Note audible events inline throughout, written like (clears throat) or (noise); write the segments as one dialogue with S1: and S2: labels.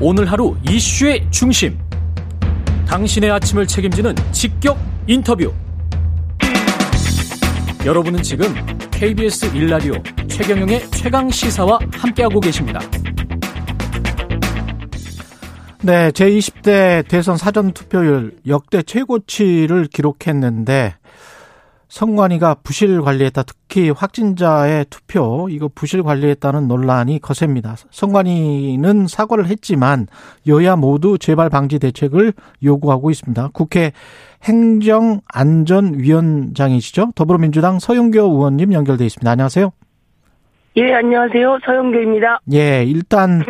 S1: 오늘 하루 이슈의 중심. 당신의 아침을 책임지는 직격 인터뷰. 여러분은 지금 KBS 일라디오 최경영의 최강 시사와 함께하고 계십니다.
S2: 네, 제20대 대선 사전 투표율 역대 최고치를 기록했는데 선관위가 부실 관리했다. 특히 확진자의 투표 이거 부실 관리했다는 논란이 거셉니다. 선관위는 사과를 했지만 여야 모두 재발 방지 대책을 요구하고 있습니다. 국회 행정안전위원장이시죠? 더불어민주당 서영교 의원님 연결돼 있습니다. 안녕하세요.
S3: 예, 안녕하세요. 서영교입니다.
S2: 예, 일단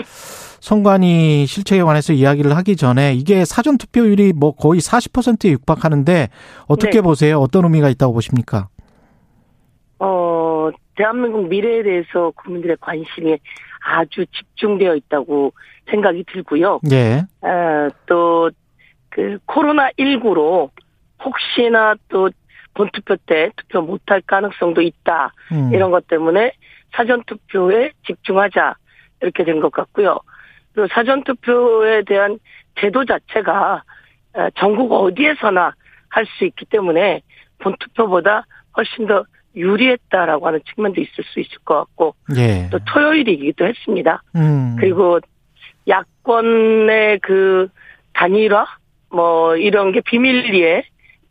S2: 선관위 실책에 관해서 이야기를 하기 전에 이게 사전 투표율이 뭐 거의 40%에 육박하는데 어떻게
S3: 네.
S2: 보세요? 어떤 의미가 있다고 보십니까?
S3: 어, 대한민국 미래에 대해서 국민들의 관심이 아주 집중되어 있다고 생각이 들고요.
S2: 예.
S3: 아, 또, 그, 코로나19로 혹시나 또 본투표 때 투표 못할 가능성도 있다.
S2: 음.
S3: 이런 것 때문에 사전투표에 집중하자. 이렇게 된 것 같고요. 그리고 사전투표에 대한 제도 자체가 에, 전국 어디에서나 할 수 있기 때문에 본투표보다 훨씬 더 유리했다라고 하는 측면도 있을 수 있을 것 같고
S2: 예.
S3: 또 토요일이기도 했습니다.
S2: 음.
S3: 그리고 야권의 그 단일화 뭐 이런 게 비밀리에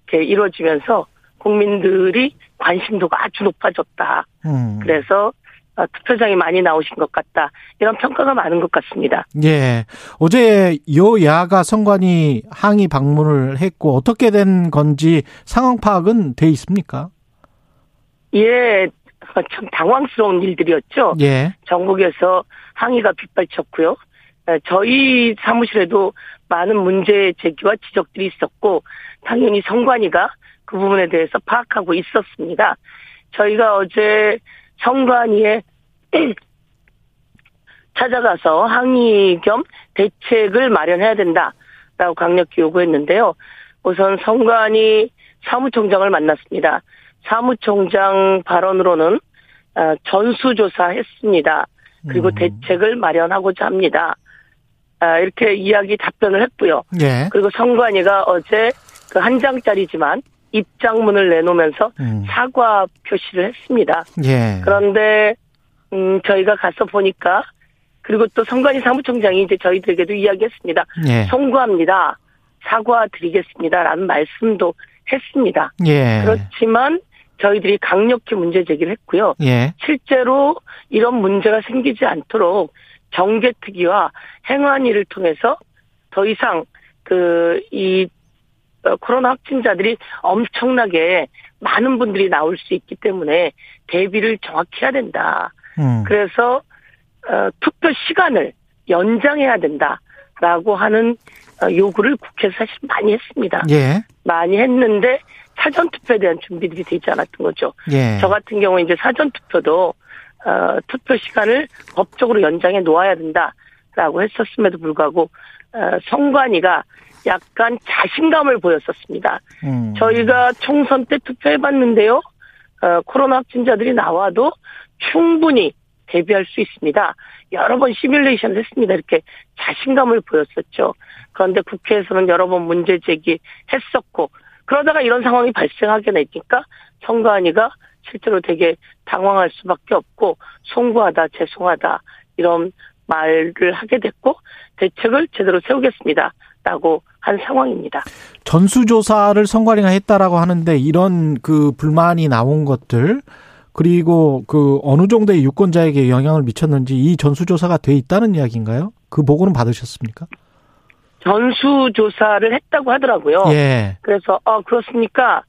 S3: 이렇게 이루어지면서 국민들이 관심도가 아주 높아졌다.
S2: 음.
S3: 그래서 어, 투표장이 많이 나오신 것 같다. 이런 평가가 많은 것 같습니다.
S2: 예. 어제 여야가 선관위 항의 방문을 했고 어떻게 된 건지 상황 파악은 돼 있습니까?
S3: 예, 참 당황스러운 일들이었죠.
S2: 예.
S3: 전국에서 항의가 빗발쳤고요. 에, 저희 사무실에도 많은 문제 제기와 지적들이 있었고, 당연히 선관위가 그 부분에 대해서 파악하고 있었습니다. 저희가 어제 선관위에 (clears throat) 찾아가서 항의 겸 대책을 마련해야 된다라고 강력히 요구했는데요. 우선 선관위 사무총장을 만났습니다. 사무총장 발언으로는 아, 전수조사했습니다. 그리고
S2: 음.
S3: 대책을 마련하고자 합니다. 아, 이렇게 이야기 답변을 했고요.
S2: 예.
S3: 그리고 선관위가 어제 그 한 장짜리지만 입장문을 내놓으면서
S2: 음.
S3: 사과 표시를 했습니다.
S2: 예.
S3: 그런데 음, 저희가 가서 보니까 그리고 또 선관위 사무총장이 이제 저희들에게도 이야기했습니다.
S2: 예.
S3: 송구합니다. 사과드리겠습니다라는 말씀도 했습니다.
S2: 예.
S3: 그렇지만 저희들이 강력히 문제 제기를 했고요.
S2: 예.
S3: 실제로 이런 문제가 생기지 않도록 정계특위와 행안위를 통해서 더 이상 그 이 어, 코로나 확진자들이 엄청나게 많은 분들이 나올 수 있기 때문에 대비를 정확히 해야 된다.
S2: 음.
S3: 그래서 어, 투표 시간을 연장해야 된다라고 하는 어, 요구를 국회에서 사실 많이 했습니다.
S2: 예.
S3: 많이 했는데 사전 투표에 대한 준비들이 되지 않았던 거죠.
S2: 예.
S3: 저 같은 경우에 이제 사전 투표도 어, 투표 시간을 법적으로 연장해 놓아야 된다라고 했었음에도 불구하고 어, 선관위가 약간 자신감을 보였었습니다.
S2: 음.
S3: 저희가 총선 때 투표해봤는데요. 어, 코로나 확진자들이 나와도 충분히 대비할 수 있습니다. 여러 번 시뮬레이션을 했습니다. 이렇게 자신감을 보였었죠. 그런데 국회에서는 여러 번 문제 제기했었고 그러다가 이런 상황이 발생하게 되니까 선관위가 실제로 되게 당황할 수밖에 없고 송구하다 죄송하다 이런 말을 하게 됐고 대책을 제대로 세우겠습니다라고 한 상황입니다.
S2: 전수조사를 선관위가 했다라고 하는데 이런 그 불만이 나온 것들 그리고 그 어느 정도의 유권자에게 영향을 미쳤는지 이 전수조사가 돼 있다는 이야기인가요? 그 보고는 받으셨습니까?
S3: 전수조사를 했다고 하더라고요.
S2: 예.
S3: 그래서, 아, 그렇습니까?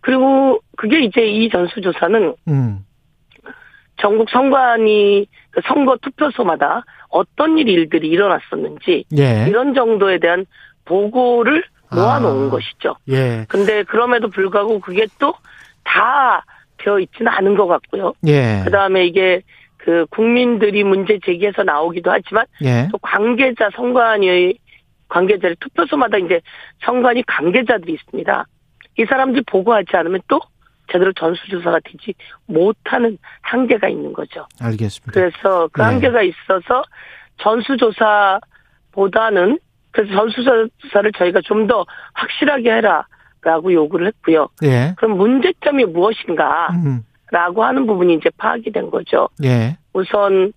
S3: 그리고 그게 이제 이 전수조사는
S2: 음.
S3: 전국 선관위 그 선거 투표소마다 어떤 일, 일들이 일어났었는지
S2: 예.
S3: 이런 정도에 대한 보고를 모아놓은
S2: 아.
S3: 것이죠.
S2: 예.
S3: 근데 그럼에도 불구하고 그게 또 다 되어 있지는 않은 것 같고요.
S2: 예.
S3: 그 다음에 이게 그 국민들이 문제 제기해서 나오기도 하지만
S2: 예.
S3: 또 관계자 선관위의 관계자를 투표소마다 이제 선관위 관계자들이 있습니다. 이 사람들이 보고하지 않으면 또 제대로 전수조사가 되지 못하는 한계가 있는 거죠.
S2: 네. 알겠습니다.
S3: 그래서 그
S2: 네.
S3: 한계가 있어서 전수조사 보다는 그래서 전수조사를 저희가 좀 더 확실하게 해라라고 요구를 했고요.
S2: 예.
S3: 그럼 아. 문제점이 무엇인가라고
S2: 음.
S3: 하는 부분이 이제 파악이 된 거죠.
S2: 예.
S3: 우선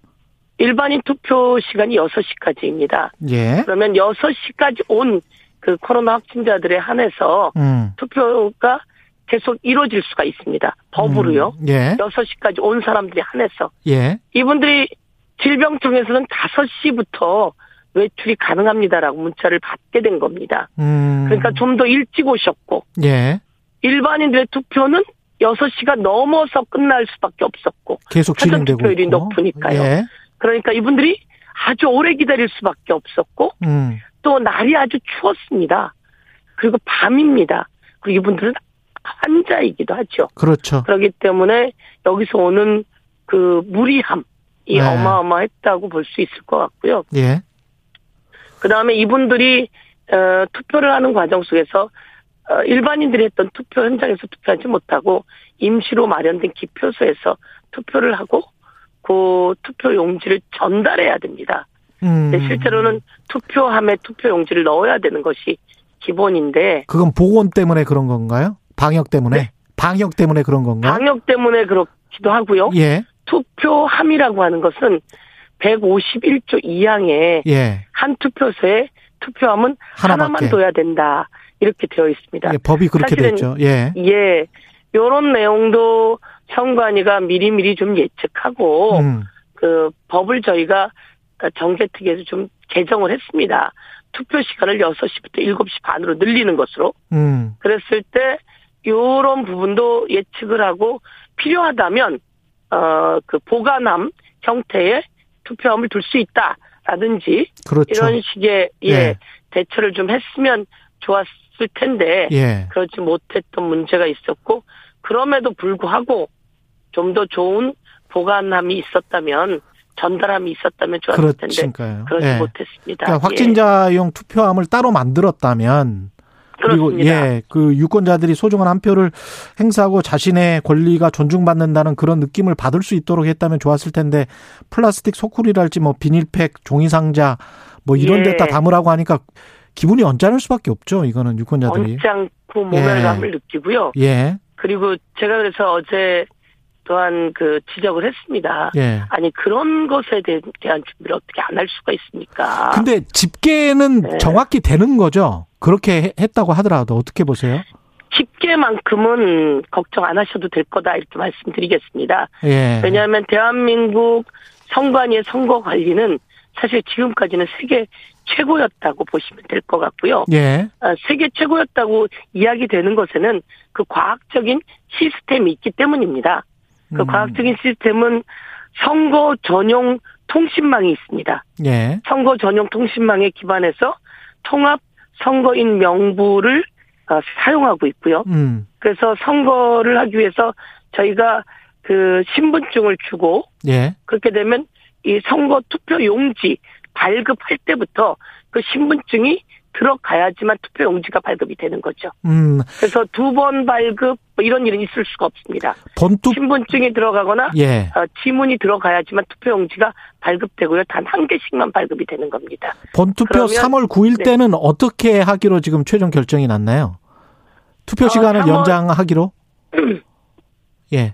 S3: 일반인 투표 시간이 6시까지입니다.
S2: 예.
S3: 그러면 6시까지 온 그 코로나 확진자들에 한해서
S2: 음.
S3: 투표가 계속 이루어질 수가 있습니다. 법으로요.
S2: 음. 예.
S3: 6시까지 온 사람들이 한해서
S2: 예.
S3: 이분들이 질병 중에서는 5시부터 외출이 가능합니다라고 문자를 받게 된 겁니다.
S2: 음.
S3: 그러니까 좀 더 일찍 오셨고
S2: 예.
S3: 일반인들의 투표는 6시가 넘어서 끝날 수밖에 없었고
S2: 계속
S3: 사전
S2: 진행되고
S3: 투표율이
S2: 있고.
S3: 높으니까요.
S2: 예.
S3: 그러니까 이분들이 아주 오래 기다릴 수밖에 없었고
S2: 음.
S3: 또 날이 아주 추웠습니다. 그리고 밤입니다. 그리고 이분들은 환자이기도 하죠.
S2: 그렇죠.
S3: 그렇기 때문에 여기서 오는 그 무리함이
S2: 네.
S3: 어마어마했다고 볼 수 있을 것 같고요.
S2: 예.
S3: 그 다음에 이분들이 어, 투표를 하는 과정 속에서 어, 일반인들이 했던 투표 현장에서 투표하지 못하고 임시로 마련된 기표소에서 투표를 하고 그 투표 용지를 전달해야 됩니다.
S2: 음.
S3: 근데 네, 실제로는 투표함에 투표 용지를 넣어야 되는 것이 기본인데
S2: 그건 보건 때문에 그런 건가요? 방역 때문에?
S3: 네.
S2: 방역 때문에 그런 건가요?
S3: 방역 때문에 그렇기도 하고요.
S2: 네. 예.
S3: 투표함이라고 하는 것은 151조 2항에
S2: 예.
S3: 한 투표소에 투표함은
S2: 하나밖에.
S3: 하나만 둬야 된다 이렇게 되어 있습니다.
S2: 예, 법이 그렇게
S3: 사실은
S2: 됐죠. 예.
S3: 예, 요런 내용도 선관위가 미리미리 좀 예측하고
S2: 음.
S3: 그 법을 저희가 정개특위에서 좀 개정을 했습니다. 투표 시간을 6시부터 7시 반으로 늘리는 것으로
S2: 음.
S3: 그랬을 때 요런 부분도 예측을 하고 필요하다면 어 그 보관함 형태의 투표함을 둘 수 있다라든지
S2: 그렇죠.
S3: 이런 식의 예,
S2: 네.
S3: 대처를 좀 했으면 좋았을 텐데
S2: 예.
S3: 그렇지 못했던 문제가 있었고 그럼에도 불구하고 좀 더 좋은 보관함이 있었다면 전달함이 있었다면 좋았을 텐데
S2: 그렇니까요.
S3: 그러지
S2: 예.
S3: 못했습니다.
S2: 그러니까 확진자용 투표함을 따로 만들었다면
S3: 예, 그렇습니다.
S2: 그리고 예, 그 유권자들이 소중한 한 표를 행사하고 자신의 권리가 존중받는다는 그런 느낌을 받을 수 있도록 했다면 좋았을 텐데 플라스틱 소쿠리랄지 뭐 비닐팩, 종이 상자 뭐 이런
S3: 예.
S2: 데다 담으라고 하니까 기분이 언짢을 수밖에 없죠. 이거는 유권자들이.
S3: 언짢고 모멸감을 느끼고요.
S2: 예.
S3: 그리고 제가 그래서 어제 또한 그 지적을 했습니다.
S2: 예.
S3: 아니 그런 것에 대- 대한 준비를 어떻게 안 할 수가 있습니까?
S2: 근데 집계는
S3: 네.
S2: 정확히 되는 거죠. 그렇게 해- 했다고 하더라도 어떻게 보세요?
S3: 집계만큼은 걱정 안 하셔도 될 거다 이렇게 말씀드리겠습니다.
S2: 예.
S3: 왜냐하면 대한민국 선관위의 선거 관리는 사실 지금까지는 세계 최고였다고 보시면 될 것 같고요.
S2: 예.
S3: 아, 세계 최고였다고 이야기되는 것에는 그 과학적인 시스템이 있기 때문입니다. 그
S2: 음.
S3: 과학적인 시스템은 선거 전용 통신망이 있습니다.
S2: 예.
S3: 선거 전용 통신망에 기반해서 통합 선거인 명부를 어, 사용하고 있고요.
S2: 음.
S3: 그래서 선거를 하기 위해서 저희가 그 신분증을 주고
S2: 예.
S3: 그렇게 되면 이 선거 투표 용지 발급할 때부터 그 신분증이 들어가야지만 투표 용지가 발급이 되는 거죠.
S2: 음.
S3: 그래서 두 번 발급 뭐 이런 일은 있을 수가 없습니다.
S2: 본투
S3: 신분증이 들어가거나
S2: 예.
S3: 어, 지문이 들어가야지만 투표 용지가 발급되고요. 단 한 개씩만 발급이 되는 겁니다.
S2: 본투표
S3: 그러면-
S2: 3월 9일
S3: 네.
S2: 때는 어떻게 하기로 지금 최종 결정이 났나요? 투표
S3: 어,
S2: 시간을
S3: 3월 (clears throat)
S2: 연장하기로? 예,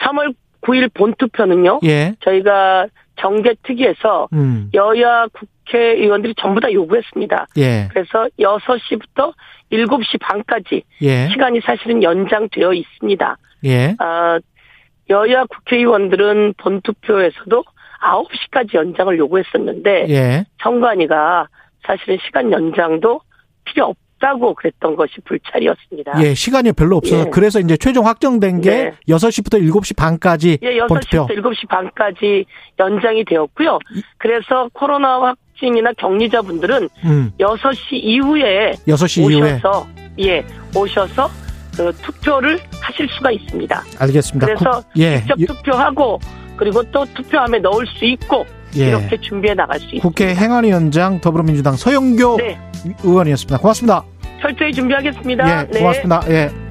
S3: 3월 9일 본투표는요.
S2: 예,
S3: 저희가 정개특위에서
S2: 음,
S3: 여야 국회의원들이 전부 다 요구했습니다.
S2: 예,
S3: 그래서 6시부터 7시 반까지
S2: 예,
S3: 시간이 사실은 연장되어 있습니다.
S2: 예,
S3: 아, 여야 국회의원들은 본투표에서도 9시까지 연장을 요구했었는데
S2: 예,
S3: 선관위가 사실은 시간 연장도 필요 없다고 그랬던 것이 불찰이었습니다.
S2: 예, 시간이 별로 없어서
S3: 예.
S2: 그래서 이제 최종 확정된 게
S3: 네.
S2: 6시부터 7시 반까지
S3: 예,
S2: 본투표.
S3: 6시부터 7시 반까지 연장이 되었고요. 그래서 코로나 확진이나 격리자분들은
S2: 음,
S3: 6시 이후에
S2: 6시 이후에
S3: 오셔서 예, 오셔서 그 투표를 하실 수가 있습니다.
S2: 알겠습니다.
S3: 그래서
S2: 국- 예,
S3: 직접
S2: 유-
S3: 투표하고 그리고 또 투표함에 넣을 수 있고
S2: 예.
S3: 이렇게 준비해 나갈 수 있습니다.
S2: 국회 행안위원장 더불어민주당 서영교
S3: 네,
S2: 의원이었습니다. 고맙습니다.
S3: 철저히 준비하겠습니다. 네.
S2: 예, 고맙습니다. 예.